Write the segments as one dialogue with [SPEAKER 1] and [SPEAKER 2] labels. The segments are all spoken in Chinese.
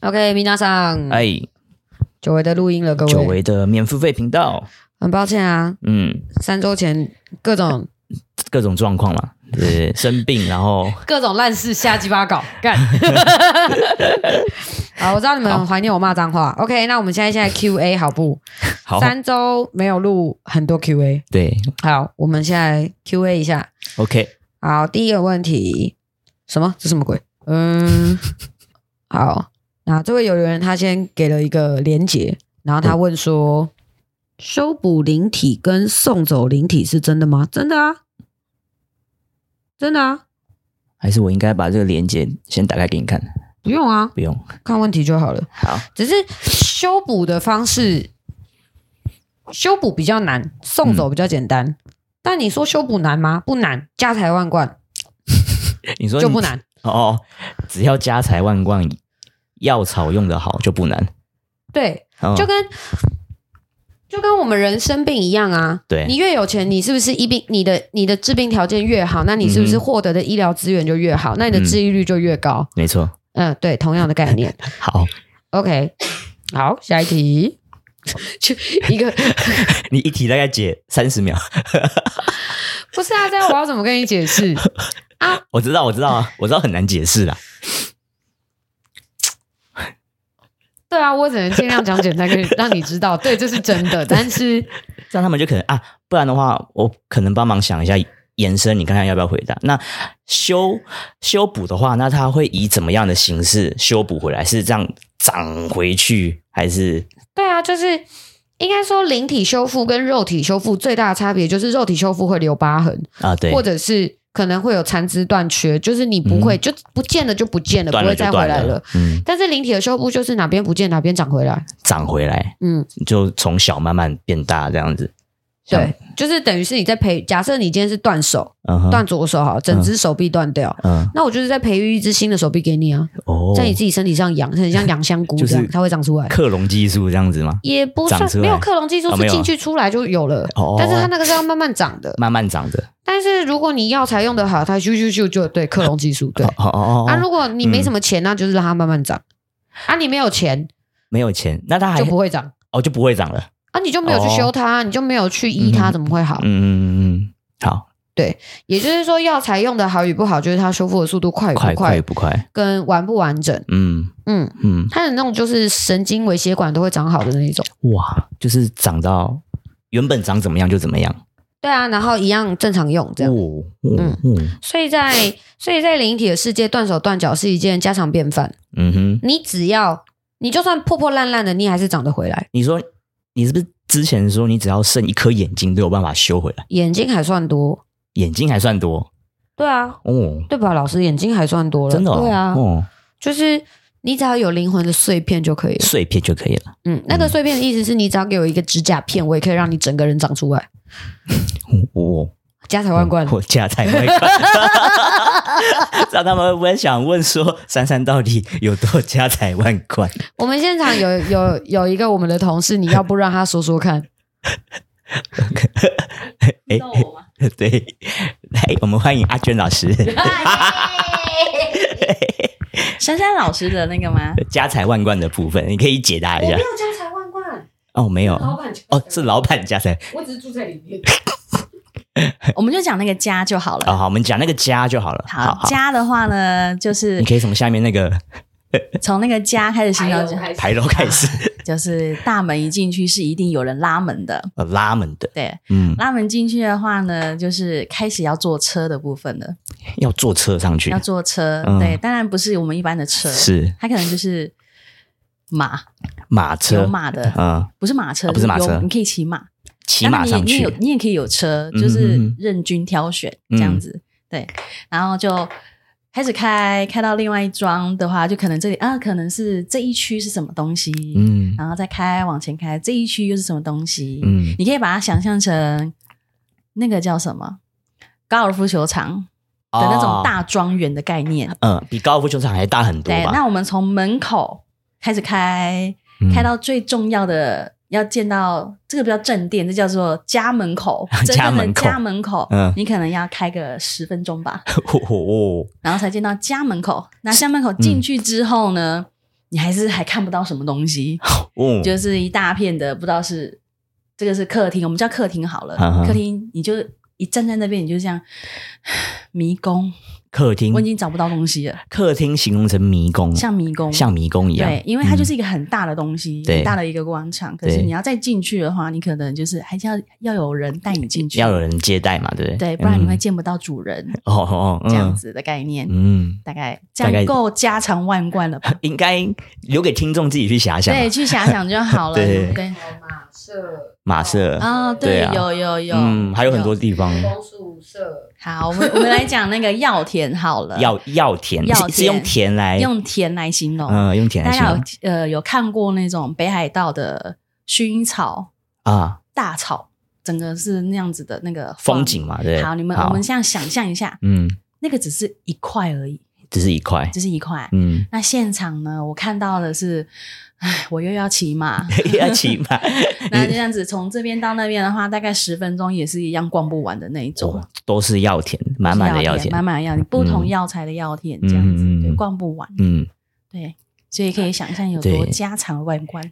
[SPEAKER 1] OK，米娜桑，
[SPEAKER 2] 哎，
[SPEAKER 1] 久违的录音嗯了，各
[SPEAKER 2] 久
[SPEAKER 1] 位，
[SPEAKER 2] 违的免付费频道，
[SPEAKER 1] 很抱歉啊，
[SPEAKER 2] 嗯，
[SPEAKER 1] 三周前各种
[SPEAKER 2] 各种状况啦，对，生病，然 后
[SPEAKER 1] 各种烂事瞎鸡巴搞， 干。好，我知道你们很怀念我骂脏话。OK，那我们现在现在 Q&A 好不？
[SPEAKER 2] 好，
[SPEAKER 1] 三周没有录很多 Q&A，
[SPEAKER 2] 对
[SPEAKER 1] 好，我们现在 Q&A 一下。
[SPEAKER 2] ，OK，
[SPEAKER 1] 好，第一个问题，什么？这什么鬼？嗯， 好，那这位有人他先给了一个连结，然后他问说，修补灵体跟送走灵体是真的吗？真的啊，真的啊，
[SPEAKER 2] 还是我应该把这个链接先打开给你看，
[SPEAKER 1] 不用啊，
[SPEAKER 2] 不用，
[SPEAKER 1] 看问题就好了。
[SPEAKER 2] 好，
[SPEAKER 1] 只是修补的方式，修补比较难，送走比较简单。但你说修补难吗？不难，家财万贯
[SPEAKER 2] 你说
[SPEAKER 1] 就
[SPEAKER 2] 你
[SPEAKER 1] 不难。
[SPEAKER 2] 哦，只要家财万贯，药草用的好就不难，
[SPEAKER 1] 对，
[SPEAKER 2] 哦、
[SPEAKER 1] 就跟就跟我们人生病一样啊。
[SPEAKER 2] 对
[SPEAKER 1] 你越有钱，你是不是医病？你的你的治病条件越好，那你是不是
[SPEAKER 2] 嗯
[SPEAKER 1] 获得的医疗资源就越好？那你的
[SPEAKER 2] 嗯
[SPEAKER 1] 治愈率就越高。
[SPEAKER 2] 没错，
[SPEAKER 1] 嗯对，同样的概 念。
[SPEAKER 2] 好，
[SPEAKER 1] OK，好，下一 题。就一个
[SPEAKER 2] 你一题大概解三十秒，
[SPEAKER 1] 不是啊，这样我要怎么跟你解 释？
[SPEAKER 2] 我知道，我知道啊，我知道很难解释啦，
[SPEAKER 1] 对啊，我只能尽量讲简单，跟你让你知道，对，这是真的。但是
[SPEAKER 2] 这样他们就可能啊，不然的话，我可能帮忙想一下延伸，你看看要不要回答。那修修补的话，那它会以怎么样的形式修补回来？是这样长回去，还是
[SPEAKER 1] 对啊，就是应该说灵体修复跟肉体修复最大的差别就是肉体修复会留疤痕，
[SPEAKER 2] 啊？对，
[SPEAKER 1] 或者是可能会有残肢断缺，就是你不会、就不见了就不见了，
[SPEAKER 2] 嗯断
[SPEAKER 1] 不
[SPEAKER 2] 了
[SPEAKER 1] 会
[SPEAKER 2] 就
[SPEAKER 1] 再
[SPEAKER 2] 断
[SPEAKER 1] 回来了。，
[SPEAKER 2] 嗯，
[SPEAKER 1] 但是灵体的修复就是哪边不见哪边长回来，
[SPEAKER 2] 长回来
[SPEAKER 1] 嗯，
[SPEAKER 2] 就从小慢慢变大这样子。像
[SPEAKER 1] 对，，就是等于是你在培，假设你今天是断手，
[SPEAKER 2] 嗯哼，
[SPEAKER 1] 断左手好了，整只手臂断掉，
[SPEAKER 2] 嗯，
[SPEAKER 1] 那我就是在培育一只新的手臂给你啊，
[SPEAKER 2] 哦，
[SPEAKER 1] 在你自己身体上养，很像养香菇
[SPEAKER 2] 就是
[SPEAKER 1] 这样，它会长出来。
[SPEAKER 2] 克隆技术这样子吗？
[SPEAKER 1] 也不算
[SPEAKER 2] 长出来
[SPEAKER 1] 没有克隆技术
[SPEAKER 2] 哦没
[SPEAKER 1] 是
[SPEAKER 2] 有啊
[SPEAKER 1] 进去出来就有了，
[SPEAKER 2] 哦
[SPEAKER 1] 但是它那个是要慢慢长的。
[SPEAKER 2] 慢慢长的，
[SPEAKER 1] 但是如果你药材用得好，它咻咻咻就对克隆技术对。
[SPEAKER 2] 哦哦哦
[SPEAKER 1] 啊，
[SPEAKER 2] 哦，
[SPEAKER 1] 如果你没什么钱，那就是让它慢慢涨。啊，你没有钱
[SPEAKER 2] 没有钱，那它还
[SPEAKER 1] 就不会涨。
[SPEAKER 2] 哦就不会长了，
[SPEAKER 1] 啊，你就没有去修它，你就没有去医它，
[SPEAKER 2] 嗯
[SPEAKER 1] 怎么会好？
[SPEAKER 2] 嗯嗯嗯嗯，好，
[SPEAKER 1] 也就是说，药材用的好与不好，就是它修复的速度快与不
[SPEAKER 2] 快
[SPEAKER 1] 快，
[SPEAKER 2] 快不快？
[SPEAKER 1] 跟完不完整。
[SPEAKER 2] 嗯
[SPEAKER 1] 嗯，
[SPEAKER 2] 嗯。
[SPEAKER 1] 它的那种就是神经微血管都会长好的那一种。
[SPEAKER 2] 哇，就是长到原本长怎么样就怎么样，
[SPEAKER 1] 对啊，然后一样正常用这样。
[SPEAKER 2] 哦，嗯嗯
[SPEAKER 1] 所以在所以在灵体的世界，断手断脚是一件家常便饭。
[SPEAKER 2] 嗯哼，
[SPEAKER 1] 你只要你就算破破烂烂的，你还是长得回来，
[SPEAKER 2] 你说你是不是之前说你只要剩一颗眼睛都有办法修回来？
[SPEAKER 1] 眼睛还算多。
[SPEAKER 2] 眼睛还算多
[SPEAKER 1] 对啊，
[SPEAKER 2] 哦，
[SPEAKER 1] 对吧？老师眼睛还算多了，
[SPEAKER 2] 真的、哦，
[SPEAKER 1] 对啊，
[SPEAKER 2] 哦，
[SPEAKER 1] 就是你只要有灵魂的碎片就可以了。
[SPEAKER 2] 碎片就可以了。
[SPEAKER 1] 嗯，那个碎片的意思是你只要给我一个指甲片，我也可以让你整个人长出来，
[SPEAKER 2] 哦，
[SPEAKER 1] 家财万贯。
[SPEAKER 2] 我家财 万贯。这样他们会不会想问说，珊珊到底有多家财万贯？
[SPEAKER 1] 我们现场有有有一个我们的同事，你要不让他说说看？
[SPEAKER 2] 哎、 对，来，我们欢迎阿娟老师，
[SPEAKER 3] 珊珊老师的那个吗？
[SPEAKER 2] 家财万贯的部分，你可以解答一下。
[SPEAKER 1] 家财万贯，
[SPEAKER 2] 哦，没有，
[SPEAKER 1] 板
[SPEAKER 2] 哦，是老板家财。
[SPEAKER 1] 我只是住在里面。
[SPEAKER 3] 我们就讲那个家就好了。
[SPEAKER 2] 哦，好，我们讲那个家就好了。好，
[SPEAKER 3] 好，家的话呢，就是
[SPEAKER 2] 你可以从下面那个
[SPEAKER 3] 从那个家开始寻找家，
[SPEAKER 2] 牌楼开 始，
[SPEAKER 3] 就是大门一进去是一定有人拉门的。
[SPEAKER 2] 呃拉门的，
[SPEAKER 3] 对，
[SPEAKER 2] 嗯，
[SPEAKER 3] 拉门进去的话呢，就是开始要坐车的部分了，
[SPEAKER 2] 要坐车上去
[SPEAKER 3] 要，坐车。
[SPEAKER 2] 嗯
[SPEAKER 3] 对，当然不是我们一般的车，
[SPEAKER 2] 是
[SPEAKER 3] 它可能就是马，
[SPEAKER 2] 马车
[SPEAKER 3] 有，马的，
[SPEAKER 2] 嗯，
[SPEAKER 3] 不是马车，
[SPEAKER 2] 啊不是马车
[SPEAKER 3] 有你可以骑马，
[SPEAKER 2] 骑马
[SPEAKER 3] 当然
[SPEAKER 2] 上
[SPEAKER 3] 你也你也
[SPEAKER 2] 去
[SPEAKER 3] 有，你也可以有车，
[SPEAKER 2] 嗯
[SPEAKER 3] 就是
[SPEAKER 2] 嗯
[SPEAKER 3] 任君挑选这样子。对，然后就开始开，开到另外一庄的话，就可能这里啊，可能是这一区是什么东西，
[SPEAKER 2] 嗯
[SPEAKER 3] 然后再开往前开，这一区又是什么东西？
[SPEAKER 2] 嗯，
[SPEAKER 3] 你可以把它想象成那个叫什么高尔夫球场的那种
[SPEAKER 2] 哦，
[SPEAKER 3] 大庄园的概念。
[SPEAKER 2] 嗯，比高尔夫球场还大很多
[SPEAKER 3] 对，
[SPEAKER 2] 吧？
[SPEAKER 3] 那我们从门口开始开，
[SPEAKER 2] 嗯，
[SPEAKER 3] 开到最重要的，要见到这个不叫正殿，这叫做家门口 真
[SPEAKER 2] 家
[SPEAKER 3] 正的
[SPEAKER 2] 门口
[SPEAKER 3] 家门口，
[SPEAKER 2] 嗯
[SPEAKER 3] 你可能要开个十分钟吧，
[SPEAKER 2] 哦哦，
[SPEAKER 3] 然后才见到家门口。那家门口进去之后呢，你还是还看不到什么东西，
[SPEAKER 2] 嗯 哦，
[SPEAKER 3] 就是一大片的，不知道是这个是客厅，我们叫客厅好了，
[SPEAKER 2] 啊哈
[SPEAKER 3] 客厅你就一站在那边，你就像 迷宫，
[SPEAKER 2] 客厅
[SPEAKER 3] 我已，经找不到东西了，
[SPEAKER 2] 客厅形容成迷宫，
[SPEAKER 3] 像迷宫，
[SPEAKER 2] 像迷宫一样，
[SPEAKER 3] 对，因为它就是
[SPEAKER 2] 嗯
[SPEAKER 3] 一个很大的东西，
[SPEAKER 2] 对
[SPEAKER 3] 很大的一个广场。可是
[SPEAKER 2] 对
[SPEAKER 3] 你要再进去的话，你可能就是还是要要有人带你进去，
[SPEAKER 2] 要有人接待嘛，对不对？
[SPEAKER 3] 对，不然你会
[SPEAKER 2] 嗯
[SPEAKER 3] 见不到主人、
[SPEAKER 2] 哦哦
[SPEAKER 3] 这样，
[SPEAKER 2] 哦
[SPEAKER 3] 子的概念。
[SPEAKER 2] 嗯
[SPEAKER 3] 大概这
[SPEAKER 2] 大概
[SPEAKER 3] 样够家常万贯 了吧？
[SPEAKER 2] 嗯，应该留给听众自己去遐想啊。
[SPEAKER 3] 对，去遐想就好了。
[SPEAKER 2] 对
[SPEAKER 3] 对，
[SPEAKER 1] 马舍、
[SPEAKER 2] 马舍，
[SPEAKER 3] 啊、
[SPEAKER 2] 对
[SPEAKER 3] 对，
[SPEAKER 2] 啊
[SPEAKER 3] 有有有，
[SPEAKER 2] 嗯，还有很多地方，
[SPEAKER 1] 公宿舍，
[SPEAKER 3] 好，我们我们来讲那个药田好了，
[SPEAKER 2] 药药田
[SPEAKER 3] 药
[SPEAKER 2] 是是用
[SPEAKER 3] 田
[SPEAKER 2] 田来，
[SPEAKER 3] 用田来形容。
[SPEAKER 2] 嗯用田来
[SPEAKER 3] 大
[SPEAKER 2] 形
[SPEAKER 3] 家有
[SPEAKER 2] 容
[SPEAKER 3] 呃有看过那种北海道的薰衣草
[SPEAKER 2] 啊，
[SPEAKER 3] 大草，整个是那样子的那个
[SPEAKER 2] 风景嘛，对不对。
[SPEAKER 3] 好，你们我们现在想象一下，
[SPEAKER 2] 嗯，
[SPEAKER 3] 那个只是一块而已，
[SPEAKER 2] 只是一块，
[SPEAKER 3] 只是一块。
[SPEAKER 2] 嗯，
[SPEAKER 3] 那现场呢，我看到的是，唉，我又要 骑马。
[SPEAKER 2] 要骑马，
[SPEAKER 3] 那这样子从这边到那边的话，大概十分钟也是一样逛不完的那一种，
[SPEAKER 2] 哦都是药田，满满的药田，
[SPEAKER 3] 满满的药田，不同
[SPEAKER 2] 嗯
[SPEAKER 3] 药材的药田这样
[SPEAKER 2] 嗯
[SPEAKER 3] 子
[SPEAKER 2] 嗯嗯，
[SPEAKER 3] 对，逛不完，
[SPEAKER 2] 嗯，
[SPEAKER 3] 对，所以可以想象有多
[SPEAKER 2] 对
[SPEAKER 3] 家常万 贯，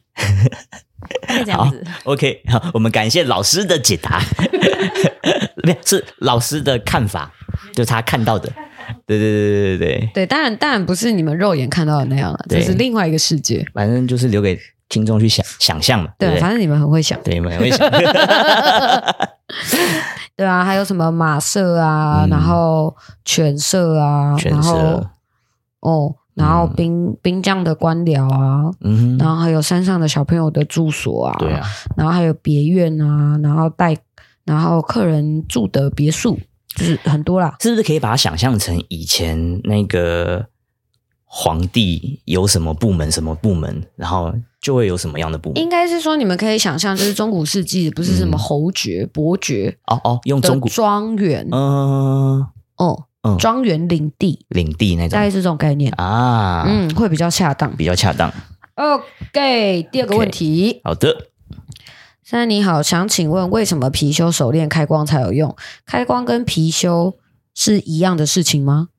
[SPEAKER 3] 大概这样子，
[SPEAKER 2] OK，好，我们感谢老师的解答， 没有是老师的看法，就是他看到的。对对对对对对，
[SPEAKER 1] 对，当然当然不是你们肉眼看到的那样了，
[SPEAKER 2] 对
[SPEAKER 1] 这是另外一个世界。
[SPEAKER 2] 反正就是留给听众去想想象嘛，对
[SPEAKER 1] 对，啊
[SPEAKER 2] 不
[SPEAKER 1] 反
[SPEAKER 2] 对？
[SPEAKER 1] 正你们很会想，
[SPEAKER 2] 对，蛮会想。
[SPEAKER 1] 对啊，还有什么马舍啊，
[SPEAKER 2] 嗯
[SPEAKER 1] 然后犬舍啊，
[SPEAKER 2] 犬
[SPEAKER 1] 然后
[SPEAKER 2] 舍
[SPEAKER 1] 哦，然后
[SPEAKER 2] 嗯
[SPEAKER 1] 兵兵将的官僚啊，
[SPEAKER 2] 嗯
[SPEAKER 1] 然
[SPEAKER 2] 哼，
[SPEAKER 1] 后还有山上的小朋友的住所啊，
[SPEAKER 2] 对啊，
[SPEAKER 1] 然后还有别院啊，然后带，然后客人住的别墅，就是很多啦。
[SPEAKER 2] 是不是可以把它想象成以前那个皇帝有什么部门，什么部门，然后就会有什么样的部门
[SPEAKER 1] 应？该是说，你们可以想象，就是中古世纪不是什么
[SPEAKER 2] 嗯
[SPEAKER 1] 侯爵、伯爵
[SPEAKER 2] 哦哦，用
[SPEAKER 1] 的
[SPEAKER 2] 中古，
[SPEAKER 1] 庄园，
[SPEAKER 2] 嗯
[SPEAKER 1] 哦，
[SPEAKER 2] 嗯，
[SPEAKER 1] 庄园领地，
[SPEAKER 2] 领地那
[SPEAKER 1] 大概
[SPEAKER 2] 种
[SPEAKER 1] 是这种概念，
[SPEAKER 2] 啊，
[SPEAKER 1] 嗯，会比较恰当。
[SPEAKER 2] 比较恰当。
[SPEAKER 1] OK，第二个
[SPEAKER 2] OK
[SPEAKER 1] 问题，
[SPEAKER 2] 好的，
[SPEAKER 1] 珊珊你好，想请问为什么貔貅手链开光才有用？开光跟貔貅是一样的事情吗？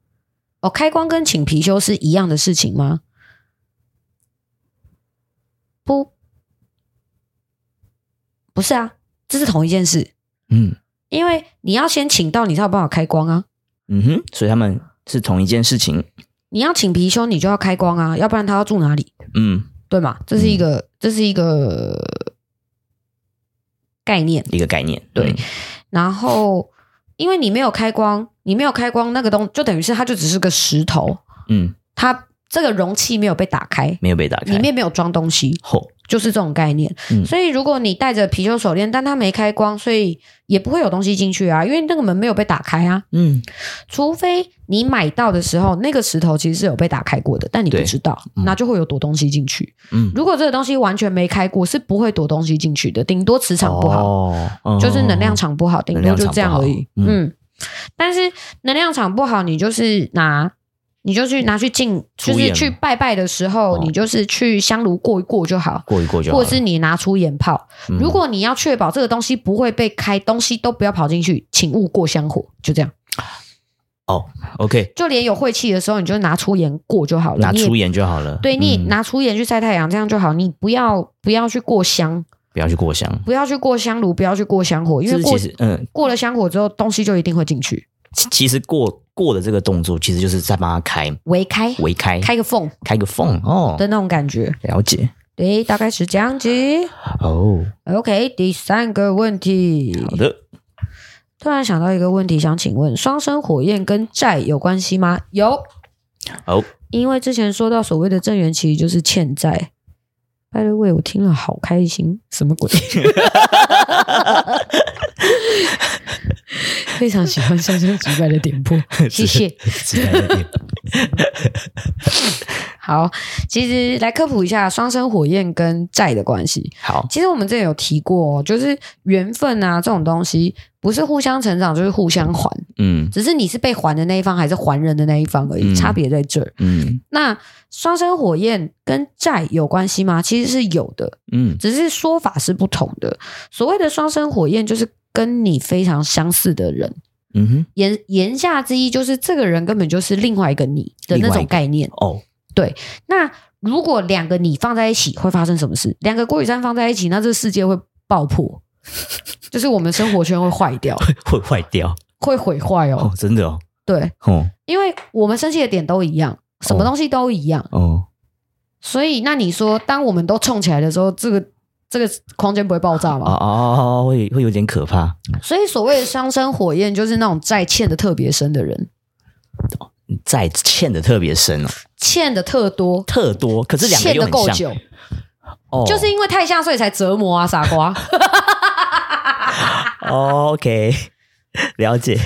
[SPEAKER 1] 哦，开光跟请貔貅是一样的事情吗？不，不是啊，这是同一件事，
[SPEAKER 2] 嗯
[SPEAKER 1] 因为你要先请到，你才有办法开光啊。
[SPEAKER 2] 嗯哼，所以他们是同一件事情。
[SPEAKER 1] 你要请貔貅，你就要开光啊，要不然他要住哪里？
[SPEAKER 2] 嗯，
[SPEAKER 1] 对嘛？这是一个，这是一个概念。
[SPEAKER 2] 一个概念。
[SPEAKER 1] 对
[SPEAKER 2] 嗯
[SPEAKER 1] 然后因为你没有开光，你没有开光，那个东就等于是它就只是个石头，
[SPEAKER 2] 嗯，
[SPEAKER 1] 它这个容器没有被打开，
[SPEAKER 2] 没有被打开。
[SPEAKER 1] 里面没有装东西，
[SPEAKER 2] 后，
[SPEAKER 1] 就是这种概念。
[SPEAKER 2] 嗯
[SPEAKER 1] 所以如果你戴着貔貅手链，但它没开光，所以也不会有东西进去啊，因为那个门没有被打开啊。
[SPEAKER 2] 嗯
[SPEAKER 1] 除非你买到的时候，那个石头其实是有被打开过的，但你不
[SPEAKER 2] 对
[SPEAKER 1] 知道，
[SPEAKER 2] 嗯
[SPEAKER 1] 那就会有躲东西进去。
[SPEAKER 2] 嗯，
[SPEAKER 1] 如果这个东西完全没开过，是不会躲东西进去的，顶多磁场不好。
[SPEAKER 2] 哦
[SPEAKER 1] 嗯
[SPEAKER 2] 好
[SPEAKER 1] 就是能量场不好，顶多就这样而已。
[SPEAKER 2] 哦能量场不好
[SPEAKER 1] 嗯但是能量场不好，你就是拿，你就去拿去进，就
[SPEAKER 2] 出
[SPEAKER 1] 是
[SPEAKER 2] 眼
[SPEAKER 1] 去拜拜的时候，
[SPEAKER 2] 哦
[SPEAKER 1] 你就是去香炉过一过就好，
[SPEAKER 2] 嗯过一过就好
[SPEAKER 1] 或
[SPEAKER 2] 了。
[SPEAKER 1] 者是你拿出眼泡。
[SPEAKER 2] 嗯
[SPEAKER 1] 如果你要确保这个东西不会被开，东西都不要跑进去，请勿过香火，就这样。
[SPEAKER 2] 哦，OK，
[SPEAKER 1] 就连有晦气的时候，你就拿出盐过就好了。
[SPEAKER 2] 拿
[SPEAKER 1] 你也
[SPEAKER 2] 出眼就好了。
[SPEAKER 1] 对你
[SPEAKER 2] 嗯
[SPEAKER 1] 拿出盐去晒太阳，这样就好。你不要不要去过香，
[SPEAKER 2] 不要去过香，
[SPEAKER 1] 不要去过香炉，不要去过香火，因
[SPEAKER 2] 是
[SPEAKER 1] 为
[SPEAKER 2] 不是
[SPEAKER 1] 过
[SPEAKER 2] 其实嗯，
[SPEAKER 1] 过了香火之后，东西就一定会进去。
[SPEAKER 2] 其其实过过的这个动作，其实就是在帮他开
[SPEAKER 1] 围开，
[SPEAKER 2] 围开
[SPEAKER 1] 开嗯个缝
[SPEAKER 2] 开个缝哦。
[SPEAKER 1] 的那种感觉。
[SPEAKER 2] 了解
[SPEAKER 1] 对，大概是这样子。
[SPEAKER 2] 哦，
[SPEAKER 1] OK，第三个问题
[SPEAKER 2] 好，的，
[SPEAKER 1] 突然想到一个问题，想请问：双生火焰跟债有关系吗？有，
[SPEAKER 2] 哦，
[SPEAKER 1] 因为之前说到所谓的正缘，其实就是欠债。By the way，我听了好开心，什么鬼？ 非常喜欢香香直白的点 播，谢谢。
[SPEAKER 2] 直白一点
[SPEAKER 1] 好，其实来科普一下双生火焰跟债的关系。
[SPEAKER 2] 好，
[SPEAKER 1] 其实我们之前有提过、哦，就是缘分啊这种东西，不是互相成长就是互相还，
[SPEAKER 2] 嗯
[SPEAKER 1] 只是你是被还的那一方还是还人的那一方而已，
[SPEAKER 2] 嗯
[SPEAKER 1] 差别在这儿。
[SPEAKER 2] 嗯
[SPEAKER 1] 那双生火焰跟债有关系吗？其实是有的，
[SPEAKER 2] 嗯
[SPEAKER 1] 只是说法是不同的。所谓的双生火焰，就是跟你非常相似的人，
[SPEAKER 2] 嗯哼，
[SPEAKER 1] 言言下之意就是这个人根本就是另外一个你的那
[SPEAKER 2] 另外一
[SPEAKER 1] 种
[SPEAKER 2] 个
[SPEAKER 1] 概念。
[SPEAKER 2] 哦，
[SPEAKER 1] 那如果两个你放在一起会发生什么事？两个郭雨山放在一起，那这个世界会爆 破，就是我们生活圈会坏掉，
[SPEAKER 2] 会坏掉
[SPEAKER 1] 会毁坏
[SPEAKER 2] 哦
[SPEAKER 1] 哦。，
[SPEAKER 2] 真的哦，
[SPEAKER 1] 对，
[SPEAKER 2] 哦
[SPEAKER 1] 因为我们生气的点都一样，什么
[SPEAKER 2] 哦
[SPEAKER 1] 东西都一样，
[SPEAKER 2] 哦，
[SPEAKER 1] 所以那你说，当我们都冲起来的时候，这个这个空间不会爆炸
[SPEAKER 2] 哦
[SPEAKER 1] 吗？
[SPEAKER 2] 哦，会会有点可怕，
[SPEAKER 1] 所以所谓的双生火焰，就是那种债欠的特别深的人，
[SPEAKER 2] 债欠的特别深哦，
[SPEAKER 1] 欠的特多，
[SPEAKER 2] 特多，可是两个
[SPEAKER 1] 欠
[SPEAKER 2] 又
[SPEAKER 1] 的够
[SPEAKER 2] 很像
[SPEAKER 1] 久，
[SPEAKER 2] 哦，
[SPEAKER 1] 就是因为太像，所以才折磨啊，傻 瓜。
[SPEAKER 2] 哦 OK，了解，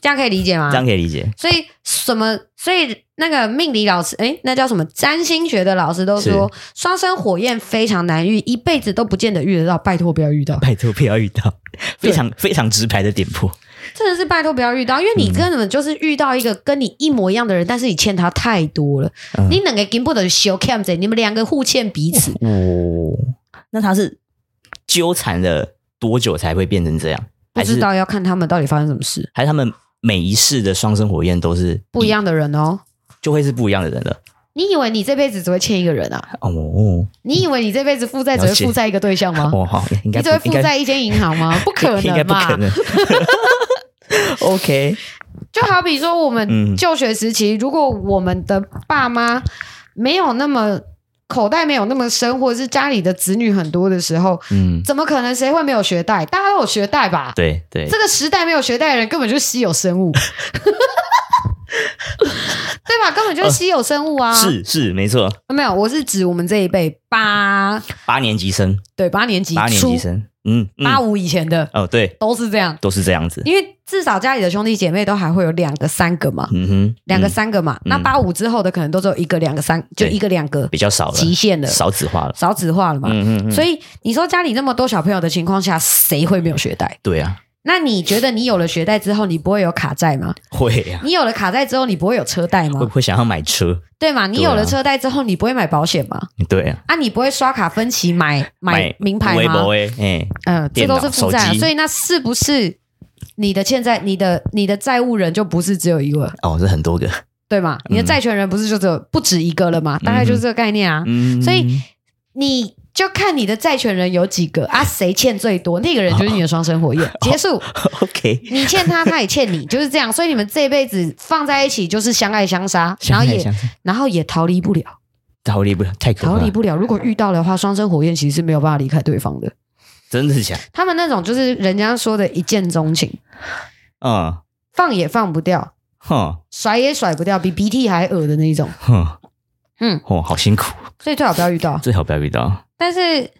[SPEAKER 1] 这样可以理解吗
[SPEAKER 2] 这？样可以理解，
[SPEAKER 1] 所以什么？所以那个命理老师，哎，那叫什么？占星学的老师都说，双生火焰非常难遇，一辈子都不见得遇得到。拜托不要遇 到，
[SPEAKER 2] 拜托不要遇到，非常非常直白的点破，
[SPEAKER 1] 真的是拜托不要遇到，因为你根本就是遇到一个跟你一模一样的人，但是你欠他太多了。
[SPEAKER 2] 嗯
[SPEAKER 1] 你两个根本就是小欠着，你们两个互欠彼此。
[SPEAKER 2] 哦，那他是纠缠了多久才会变成这样？
[SPEAKER 1] 不
[SPEAKER 2] 还
[SPEAKER 1] 知
[SPEAKER 2] 是
[SPEAKER 1] 道要看他们到底发生什么事，
[SPEAKER 2] 还是他们每一世的双生火焰都是
[SPEAKER 1] 不一，样的人哦。
[SPEAKER 2] 就会是不一样的人了？
[SPEAKER 1] 你以为你这辈子只会欠一个人 啊？
[SPEAKER 2] 哦哦
[SPEAKER 1] 你以为你这辈子负债只会
[SPEAKER 2] 了解
[SPEAKER 1] 负债一个对象吗？
[SPEAKER 2] 哦，好，应该
[SPEAKER 1] 你
[SPEAKER 2] 不
[SPEAKER 1] 只会
[SPEAKER 2] 应
[SPEAKER 1] 负
[SPEAKER 2] 该
[SPEAKER 1] 债一间银行 吗？不可
[SPEAKER 2] 应该
[SPEAKER 1] 能
[SPEAKER 2] 不可
[SPEAKER 1] 嘛！
[SPEAKER 2] 能。OK，
[SPEAKER 1] 就好比说，我们
[SPEAKER 2] 嗯
[SPEAKER 1] 就学时期，如果我们的爸妈没有那么口袋没有那么深，或者是家里的子女很多的时候，
[SPEAKER 2] 嗯，
[SPEAKER 1] 怎么可能谁会没有学贷？大家都有学贷吧？
[SPEAKER 2] 对对
[SPEAKER 1] 这，个时代没有学贷的人根本就是稀有生物， 对吧？根本就是稀有生物啊！
[SPEAKER 2] 呃是是没错，
[SPEAKER 1] 没有，我是指我们这一辈八
[SPEAKER 2] 八年级生，
[SPEAKER 1] 对八年级
[SPEAKER 2] 八年级
[SPEAKER 1] 初
[SPEAKER 2] 生，嗯，嗯
[SPEAKER 1] 八五以前的
[SPEAKER 2] 哦对，
[SPEAKER 1] 都是这样，
[SPEAKER 2] 都是这样子。
[SPEAKER 1] 因为至少家里的兄弟姐妹都还会有两个三个嘛。
[SPEAKER 2] 嗯哼，
[SPEAKER 1] 两个
[SPEAKER 2] 嗯
[SPEAKER 1] 三个嘛，那
[SPEAKER 2] 嗯
[SPEAKER 1] 八五之后的可能都只有一个、两个、三，就
[SPEAKER 2] 对
[SPEAKER 1] 一个、两个，
[SPEAKER 2] 比较少了，
[SPEAKER 1] 极限了，
[SPEAKER 2] 少子化了。
[SPEAKER 1] 少子化了嘛。
[SPEAKER 2] 嗯嗯嗯，
[SPEAKER 1] 所以你说家里那么多小朋友的情况下，谁会没有学贷？
[SPEAKER 2] 对啊，
[SPEAKER 1] 那你觉得你有了学贷之后，你不会有卡债吗？
[SPEAKER 2] 会啊，
[SPEAKER 1] 你有了卡债之后，你不会有车贷
[SPEAKER 2] 会
[SPEAKER 1] 吗
[SPEAKER 2] 不？会想要买车？
[SPEAKER 1] 对嘛？你
[SPEAKER 2] 对啊
[SPEAKER 1] 有了车贷之后，你不会买保险吗？
[SPEAKER 2] 对啊，
[SPEAKER 1] 啊，你不会刷卡分期买买名牌
[SPEAKER 2] 微
[SPEAKER 1] 吗
[SPEAKER 2] 博？哎，哎，
[SPEAKER 1] 嗯、这
[SPEAKER 2] 电
[SPEAKER 1] 都
[SPEAKER 2] 脑
[SPEAKER 1] 是负债啊、
[SPEAKER 2] 手机
[SPEAKER 1] 所以那是不是你的欠债、你的你的债务人就不是只有一个，
[SPEAKER 2] 哦，这很多个，
[SPEAKER 1] 对吗？
[SPEAKER 2] 嗯
[SPEAKER 1] 你的债权人不是就只有不止一个了吗？大概就是这个概念啊。
[SPEAKER 2] 嗯，
[SPEAKER 1] 所以你就看你的债权人有几个啊，谁欠最多，那个人就是你的双生火 焰。结束，
[SPEAKER 2] OK，
[SPEAKER 1] 你欠他，他也欠 你，就是这样。所以你们这辈子放在一起就是相爱相杀，然
[SPEAKER 2] 想
[SPEAKER 1] 后
[SPEAKER 2] 一
[SPEAKER 1] 也
[SPEAKER 2] 想，
[SPEAKER 1] 然后也逃离不了，
[SPEAKER 2] 逃离不了，太可怕
[SPEAKER 1] 逃
[SPEAKER 2] 了，
[SPEAKER 1] 离不了。如果遇到的话，双生火焰其实是没有办法离开对方的。
[SPEAKER 2] 真的假的？
[SPEAKER 1] 他们那种就是人家说的一见钟情，
[SPEAKER 2] 嗯，
[SPEAKER 1] 放也放不掉，
[SPEAKER 2] 哼
[SPEAKER 1] 甩也甩不掉，比鼻涕还恶的那一种。
[SPEAKER 2] 哼，
[SPEAKER 1] 嗯，
[SPEAKER 2] 哦，好辛苦，
[SPEAKER 1] 所以最好不要遇到。
[SPEAKER 2] 最好不要遇到。
[SPEAKER 1] 但是，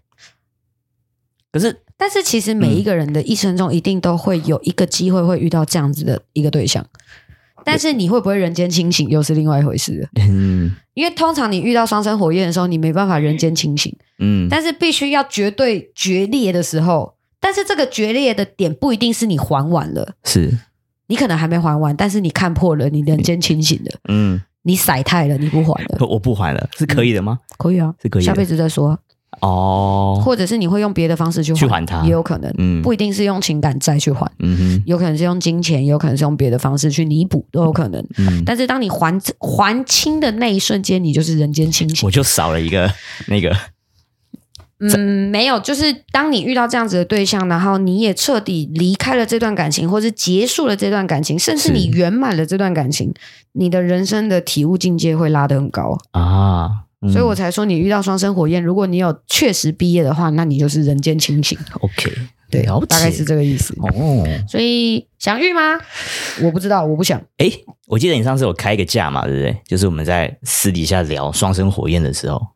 [SPEAKER 2] 可是，嗯
[SPEAKER 1] 但是其实每一个人的一生中，一定都会有一个机会会遇到这样子的一个对象，但是你会不会人间清醒，又是另外一回事了。
[SPEAKER 2] 嗯
[SPEAKER 1] 因为通常你遇到双生火焰的时候，你没办法人间清醒，
[SPEAKER 2] 嗯，
[SPEAKER 1] 但是必须要绝对决裂的时候，但是这个决裂的点不一定是你还完了，
[SPEAKER 2] 是，
[SPEAKER 1] 你可能还没还完，但是你看破了，你人间清醒了，
[SPEAKER 2] 嗯，
[SPEAKER 1] 你甩太了，你不还了，
[SPEAKER 2] 我我不还了，是可以的吗？
[SPEAKER 1] 可以啊，
[SPEAKER 2] 哦是可以的
[SPEAKER 1] 下辈子再说啊，
[SPEAKER 2] 哦，
[SPEAKER 1] 或者是你会用别的方式去
[SPEAKER 2] 去还它
[SPEAKER 1] 也有可能，
[SPEAKER 2] 嗯
[SPEAKER 1] 不一定是用情感债去还。
[SPEAKER 2] 嗯
[SPEAKER 1] 有可能是用金钱，有可能是用别的方式去弥补，都有可能。
[SPEAKER 2] 哼，嗯，
[SPEAKER 1] 但是当你还还清的那一瞬间，你就是人间清醒。
[SPEAKER 2] 我就少了一个那个，
[SPEAKER 1] 嗯，没有，就是当你遇到这样子的对象，然后你也彻底离开了这段感情，或是结束了这段感情，甚至
[SPEAKER 2] 是
[SPEAKER 1] 你圆满了这段感情，你的人生的体悟境界会拉得很高。
[SPEAKER 2] 啊，嗯
[SPEAKER 1] 所以我才说，你遇到双生火焰，如果你有确实毕业的话，那你就是人间清醒。
[SPEAKER 2] OK，
[SPEAKER 1] 对
[SPEAKER 2] 了解，，
[SPEAKER 1] 大概是这个意思。
[SPEAKER 2] 哦。
[SPEAKER 1] 所以想遇吗？我不知道，我不想。
[SPEAKER 2] 哎，我记得你上次有开一个价嘛，对不对？就是我们在私底下聊双生火焰的时候，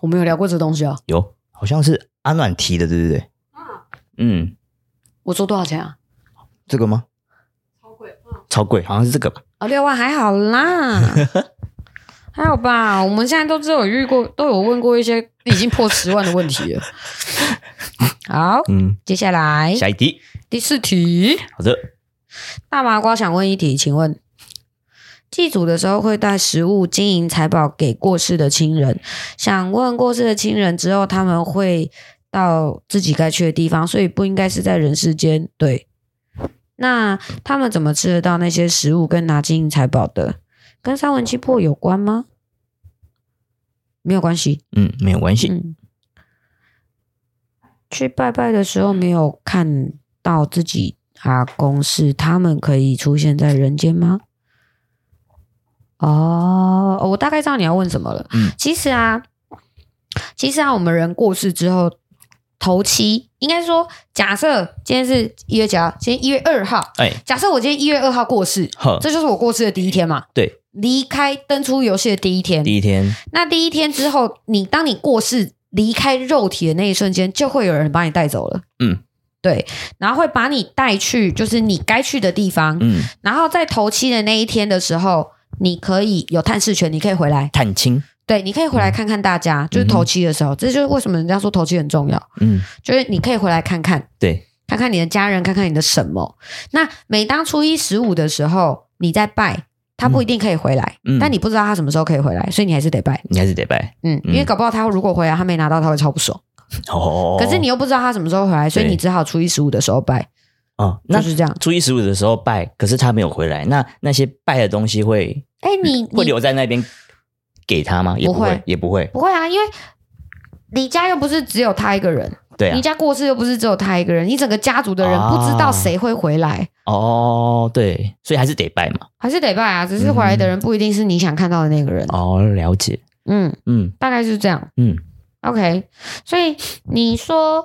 [SPEAKER 1] 我们有聊过这东西哦。
[SPEAKER 2] 有好像是阿暖提的，对不对？嗯，
[SPEAKER 1] 我说多少钱啊？
[SPEAKER 2] 这个吗？
[SPEAKER 1] 嗯
[SPEAKER 2] 超贵，好像是这个吧？
[SPEAKER 1] 啊，六万还好 啦，还好吧。我们现在都只有遇过，都有问过一些已经破十万的问题了。 好，
[SPEAKER 2] 嗯，
[SPEAKER 1] 接下来
[SPEAKER 2] 下一题，
[SPEAKER 1] 第四题，
[SPEAKER 2] 好的，
[SPEAKER 1] 大麻瓜想问一题，请问祭祖的时候会带食物、金银财宝给过世的亲人，想问过世的亲人之后，他们会到自己该去的地方，所以不应该是在人世间。对，那他们怎么吃得到那些食物跟拿金银财宝的？跟三文七破有关吗？没有关系。
[SPEAKER 2] 嗯，没有关系。
[SPEAKER 1] 嗯，去拜拜的时候没有看到自己阿公是他们可以出现在人间吗？哦，哦我大概知道你要问什么了。
[SPEAKER 2] 嗯
[SPEAKER 1] 其实啊，其实啊，我们人过世之后，头七应该说，假设今天是一月几号？今天一月二号。
[SPEAKER 2] 哎，
[SPEAKER 1] 假设我今天一月二号过世，
[SPEAKER 2] 呵，
[SPEAKER 1] 这就是我过世的第一天嘛。
[SPEAKER 2] 嗯对，
[SPEAKER 1] 离开登出游戏的第一天，
[SPEAKER 2] 第一天，
[SPEAKER 1] 那第一天之后，你当你过世离开肉体的那一瞬间，就会有人把你带走了。
[SPEAKER 2] 嗯，
[SPEAKER 1] 对，然后会把你带去就是你该去的地方，
[SPEAKER 2] 嗯，
[SPEAKER 1] 然后在头七的那一天的时候，你可以有探视权，你可以回来，
[SPEAKER 2] 探亲，
[SPEAKER 1] 对，你可以回来看看大家，就是头七的时候，这就是为什么人家说头七很重要，
[SPEAKER 2] 嗯，
[SPEAKER 1] 就是你可以回来看看，
[SPEAKER 2] 对，
[SPEAKER 1] 看看你的家人，看看你的什么。那每当初一十五的时候，你在拜。他不一定可以回来，
[SPEAKER 2] 嗯
[SPEAKER 1] 但你不知道他什么时候可以回来，所以你还是得拜。
[SPEAKER 2] 你还是得拜。
[SPEAKER 1] 嗯，因为搞不好他如果回来他没拿到，他会超不爽。
[SPEAKER 2] 哦，
[SPEAKER 1] 可是你又不知道他什么时候回来，所以
[SPEAKER 2] 对
[SPEAKER 1] 你只好初一十五的时候拜，
[SPEAKER 2] 哦，那
[SPEAKER 1] 就是这样。
[SPEAKER 2] 初一十五的时候拜，可是他没有回来，那那些拜的东西会
[SPEAKER 1] 哎、你你
[SPEAKER 2] 会留在那边给他吗？也
[SPEAKER 1] 不会
[SPEAKER 2] 会，也不会。
[SPEAKER 1] 不会啊？因为你家又不是只有他一个人，
[SPEAKER 2] 对啊
[SPEAKER 1] 你，家过世又不是只有他一个人，你整个家族的人
[SPEAKER 2] 啊
[SPEAKER 1] 不知道谁会回来，
[SPEAKER 2] 哦，对，所以还是得拜嘛。
[SPEAKER 1] 还是得拜啊。只是回来的人不一定是你想看到的那个人。
[SPEAKER 2] 哦，了解。
[SPEAKER 1] 嗯，
[SPEAKER 2] 嗯
[SPEAKER 1] 大概是这样。
[SPEAKER 2] 嗯，
[SPEAKER 1] OK，所以你说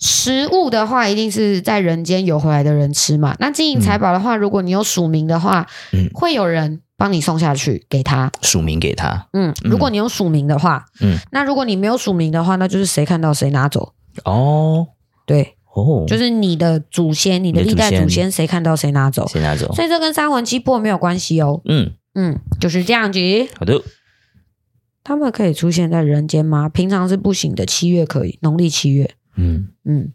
[SPEAKER 1] 食物的话，一定是在人间有回来的人吃嘛？那金银财宝的话，如果你有署名的话，
[SPEAKER 2] 嗯
[SPEAKER 1] 会有人帮你送下去给他。
[SPEAKER 2] 署名给他。
[SPEAKER 1] 嗯，如果你有署名的话，
[SPEAKER 2] 嗯，
[SPEAKER 1] 那如果你没有署名的话，那就是谁看到谁拿走。
[SPEAKER 2] 哦
[SPEAKER 1] 对，
[SPEAKER 2] 哦，
[SPEAKER 1] 就是你的祖先、你的历
[SPEAKER 2] 你的
[SPEAKER 1] 代
[SPEAKER 2] 祖先哦
[SPEAKER 1] 祖先，谁看到谁拿走。
[SPEAKER 2] 先拿走。
[SPEAKER 1] 所以这跟三魂七魄没有关系哦。
[SPEAKER 2] 嗯，
[SPEAKER 1] 嗯，就是这样子。
[SPEAKER 2] 好的。
[SPEAKER 1] 他们可以出现在人间吗？平常是不行的，七月可以，农历七月。
[SPEAKER 2] 嗯，
[SPEAKER 1] 嗯，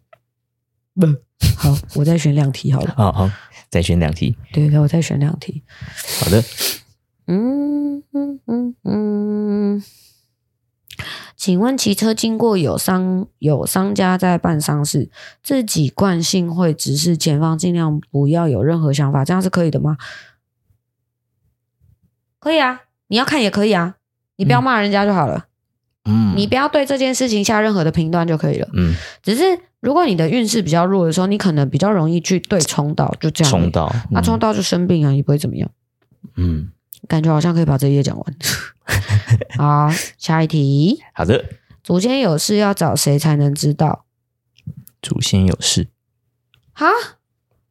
[SPEAKER 1] 好，我再选两题好了。
[SPEAKER 2] 好好，再选两题。
[SPEAKER 1] 对对，我再选两题。
[SPEAKER 2] 好的，
[SPEAKER 1] 嗯嗯嗯嗯。请问骑车经过有商有商家在办丧事，自己惯性会指示前方尽量不要有任何想法，这样是可以的吗？可以啊，你要看也可以啊，你不要骂人家就好了，
[SPEAKER 2] 嗯，
[SPEAKER 1] 你不要对这件事情下任何的评断就可以了。
[SPEAKER 2] 嗯
[SPEAKER 1] 只是如果你的运势比较弱的时候，你可能比较容易去对冲到，就这样而已。
[SPEAKER 2] 冲到
[SPEAKER 1] 啊，冲到就生病啊，也不会怎么 样。
[SPEAKER 2] 嗯，
[SPEAKER 1] 感觉好像可以把这一页讲完。好，下一题，
[SPEAKER 2] 好的。
[SPEAKER 1] 祖先有事要找谁才能知道？
[SPEAKER 2] 祖先有事，
[SPEAKER 1] 哈，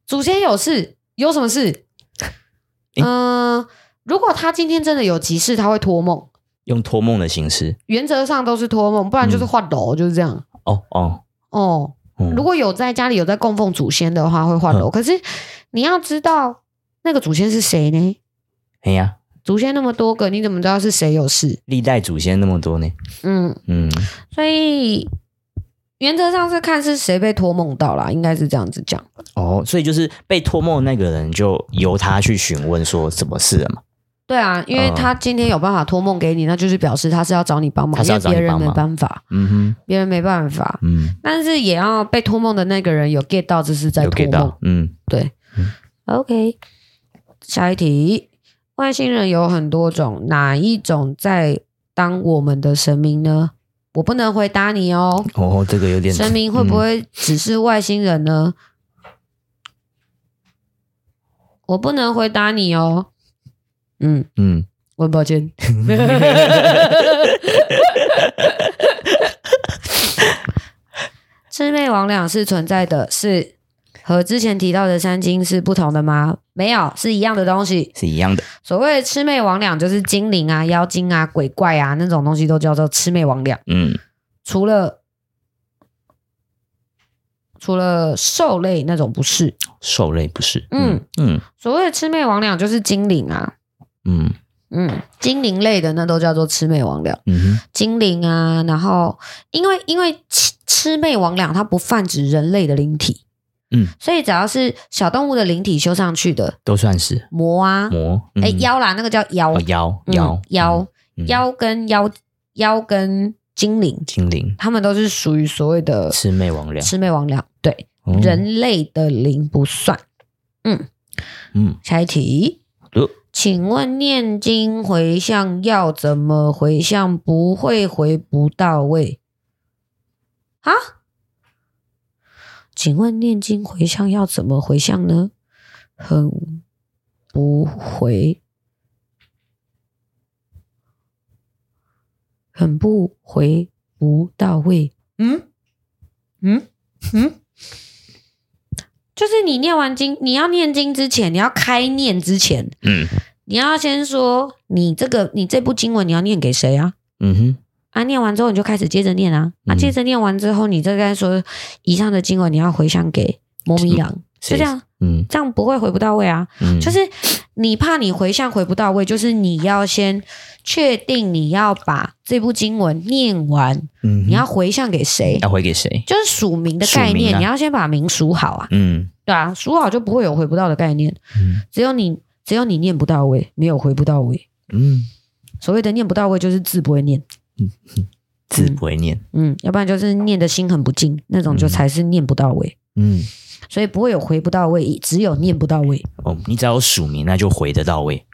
[SPEAKER 1] 祖先有事，有什么事？
[SPEAKER 2] 诶
[SPEAKER 1] 嗯、如果他今天真的有急事，他会托梦，
[SPEAKER 2] 用托梦的形式。
[SPEAKER 1] 原则上都是托梦，不然
[SPEAKER 2] 嗯
[SPEAKER 1] 就是换楼，就是这样。
[SPEAKER 2] 哦哦，
[SPEAKER 1] 哦，
[SPEAKER 2] 嗯
[SPEAKER 1] 如果有在家里有在供奉祖先的话，会换楼。可是你要知道那个祖先是谁呢？
[SPEAKER 2] 哎呀，
[SPEAKER 1] 祖先那么多个，你怎么知道是谁有事？
[SPEAKER 2] 历代祖先那么多呢。
[SPEAKER 1] 嗯，
[SPEAKER 2] 嗯，
[SPEAKER 1] 所以原则上是看是谁被托梦到啦，应该是这样子讲。
[SPEAKER 2] 哦，所以就是被托梦的那个人，就由他去询问说什么事了嘛。
[SPEAKER 1] 对啊，因为
[SPEAKER 2] 嗯
[SPEAKER 1] 他今天有办法托梦给你，那就是表示他是要找你帮忙，
[SPEAKER 2] 他是
[SPEAKER 1] 因
[SPEAKER 2] 要
[SPEAKER 1] 为
[SPEAKER 2] 找
[SPEAKER 1] 别
[SPEAKER 2] 你
[SPEAKER 1] 人
[SPEAKER 2] 帮
[SPEAKER 1] 没
[SPEAKER 2] 忙
[SPEAKER 1] 办法，
[SPEAKER 2] 嗯哼，
[SPEAKER 1] 别人没办法。
[SPEAKER 2] 嗯，
[SPEAKER 1] 但是也要被托梦的那个人有 get 到这是在
[SPEAKER 2] 有
[SPEAKER 1] 托梦
[SPEAKER 2] get 到。。嗯，
[SPEAKER 1] 对、o k 下一题，外星人有很多种，哪一种在当我们的神明呢？我不能回答你哦。
[SPEAKER 2] 哦，这个有点
[SPEAKER 1] 神明会不会只是外星人呢？我不能回答你哦。嗯，
[SPEAKER 2] 嗯，
[SPEAKER 1] 我很抱歉。魑魅魍魉是存在的，是和之前提到的三精是不同的吗？没有，是一样的东西。
[SPEAKER 2] 是一样的。
[SPEAKER 1] 所谓的魑魅魍魉就是精灵啊、妖精啊、鬼怪啊那种东西，都叫做魑魅魍魉。
[SPEAKER 2] 嗯，
[SPEAKER 1] 除了除了兽类那种不是，
[SPEAKER 2] 兽类不是。
[SPEAKER 1] 嗯
[SPEAKER 2] 嗯
[SPEAKER 1] 所谓的魑魅魍魉就是精灵啊，
[SPEAKER 2] 嗯
[SPEAKER 1] 嗯，精灵类的那都叫做魑魅魍魉，
[SPEAKER 2] 嗯哼，
[SPEAKER 1] 精灵啊，然后因为因为魑魑魅魍魉它不泛指人类的灵体，
[SPEAKER 2] 嗯，
[SPEAKER 1] 所以只要是小动物的灵体修上去的
[SPEAKER 2] 都算是
[SPEAKER 1] 魔啊，
[SPEAKER 2] 魔。嗯
[SPEAKER 1] 哎、妖啦，那个叫妖，
[SPEAKER 2] 哦妖
[SPEAKER 1] 嗯
[SPEAKER 2] 妖
[SPEAKER 1] 妖
[SPEAKER 2] 嗯
[SPEAKER 1] 妖跟妖妖跟精灵，
[SPEAKER 2] 精灵
[SPEAKER 1] 他们都是属于所谓的
[SPEAKER 2] 魑魅魍魉
[SPEAKER 1] 魑魅魍魉，对。
[SPEAKER 2] 哦
[SPEAKER 1] 人类的灵不算。
[SPEAKER 2] 嗯
[SPEAKER 1] 下一题，
[SPEAKER 2] 好的
[SPEAKER 1] 请问念经回向要怎么回向？不会回不到位啊？请问念经回向要怎么回向呢？很不回，很不回不到位。嗯嗯嗯，就是你念完经，你要念经之前，你要开念之前，
[SPEAKER 2] 嗯
[SPEAKER 1] 你要先说你这个你这部经文你要念给谁啊？
[SPEAKER 2] 嗯哼，
[SPEAKER 1] 啊，念完之后你就开始接着念啊，啊，
[SPEAKER 2] 嗯
[SPEAKER 1] 接着念完之后，你再该说以上的经文你要回向给摩米郎，就
[SPEAKER 2] 谁
[SPEAKER 1] 这样，
[SPEAKER 2] 嗯
[SPEAKER 1] 这样不会回不到位啊。
[SPEAKER 2] 嗯，
[SPEAKER 1] 就是你怕你回向回不到位，就是你要先确定你要把这部经文念完，
[SPEAKER 2] 嗯哼
[SPEAKER 1] 你要回向给谁，
[SPEAKER 2] 要回给谁？
[SPEAKER 1] 就是属名的
[SPEAKER 2] 属
[SPEAKER 1] 概
[SPEAKER 2] 名
[SPEAKER 1] 念，
[SPEAKER 2] 啊
[SPEAKER 1] 你要先把名数好啊，
[SPEAKER 2] 嗯
[SPEAKER 1] 对啊，数好就不会有回不到的概念，
[SPEAKER 2] 嗯
[SPEAKER 1] 只有你只有你念不到位，没有回不到位。
[SPEAKER 2] 嗯，
[SPEAKER 1] 所谓的念不到位，就是字不会念，
[SPEAKER 2] 字不会念，
[SPEAKER 1] 嗯，要不然就是念的心很不静，那种就
[SPEAKER 2] 嗯
[SPEAKER 1] 才是念不到位，
[SPEAKER 2] 嗯
[SPEAKER 1] 所以不会有回不到位，只有念不到位，
[SPEAKER 2] 哦，你只要有署名，那就回得到位。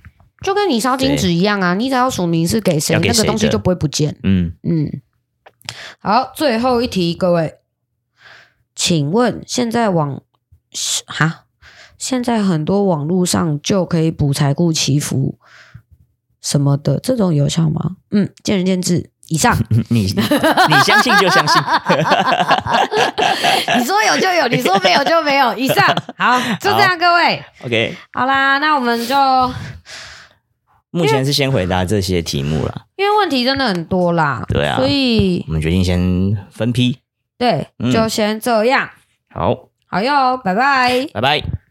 [SPEAKER 1] 就跟你烧金纸一样啊，你只要署名是给谁，
[SPEAKER 2] 要给
[SPEAKER 1] 那个
[SPEAKER 2] 谁
[SPEAKER 1] 东西
[SPEAKER 2] 的
[SPEAKER 1] 就不会不见。
[SPEAKER 2] 嗯
[SPEAKER 1] 嗯，好，最后一题，各位，请问现在网是哈？现在很多网络上就可以补财库祈福什么的，这种有效吗？嗯，见仁见智。以上，
[SPEAKER 2] 嗯 你你相信就相信。
[SPEAKER 1] 你说有就有，你说没有就没 有。以上，好，就这样，各位，
[SPEAKER 2] OK，
[SPEAKER 1] 好啦，那我们就
[SPEAKER 2] 目前是先回答这些题目啦。
[SPEAKER 1] 因为问题真的很多啦，
[SPEAKER 2] 对啊
[SPEAKER 1] 所以
[SPEAKER 2] 我们决定先分批。
[SPEAKER 1] 对，
[SPEAKER 2] 嗯
[SPEAKER 1] 就先这样，
[SPEAKER 2] 好，
[SPEAKER 1] 好哟，拜拜。
[SPEAKER 2] 拜拜。